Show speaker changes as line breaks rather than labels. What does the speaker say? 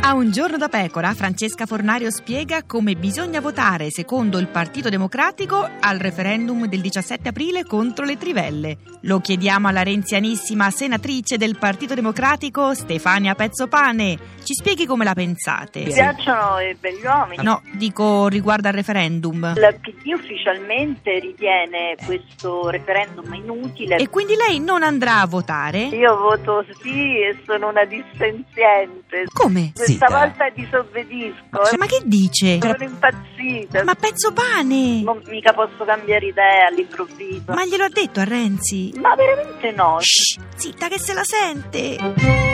A un giorno da pecora, Francesca Fornario spiega come bisogna votare secondo il Partito Democratico al referendum del 17 aprile contro le trivelle. Lo chiediamo alla renzianissima senatrice del Partito Democratico Stefania Pezzopane. Ci spieghi come la
Mi
pensate?
piacciono i begli uomini.
No, dico riguardo al referendum.
Il PD ufficialmente ritiene questo referendum inutile.
E quindi lei non andrà a votare?
Io voto sì e sono una dissenziente.
Come?
Questa
Zitta.
volta disobbedisco.
Cioè, ma che dice?
Sono impazzita.
Ma Pezzopane!
Non mica posso cambiare idea all'improvviso.
Ma glielo ha detto a Renzi?
Ma veramente no.
Shh, zitta che se la sente!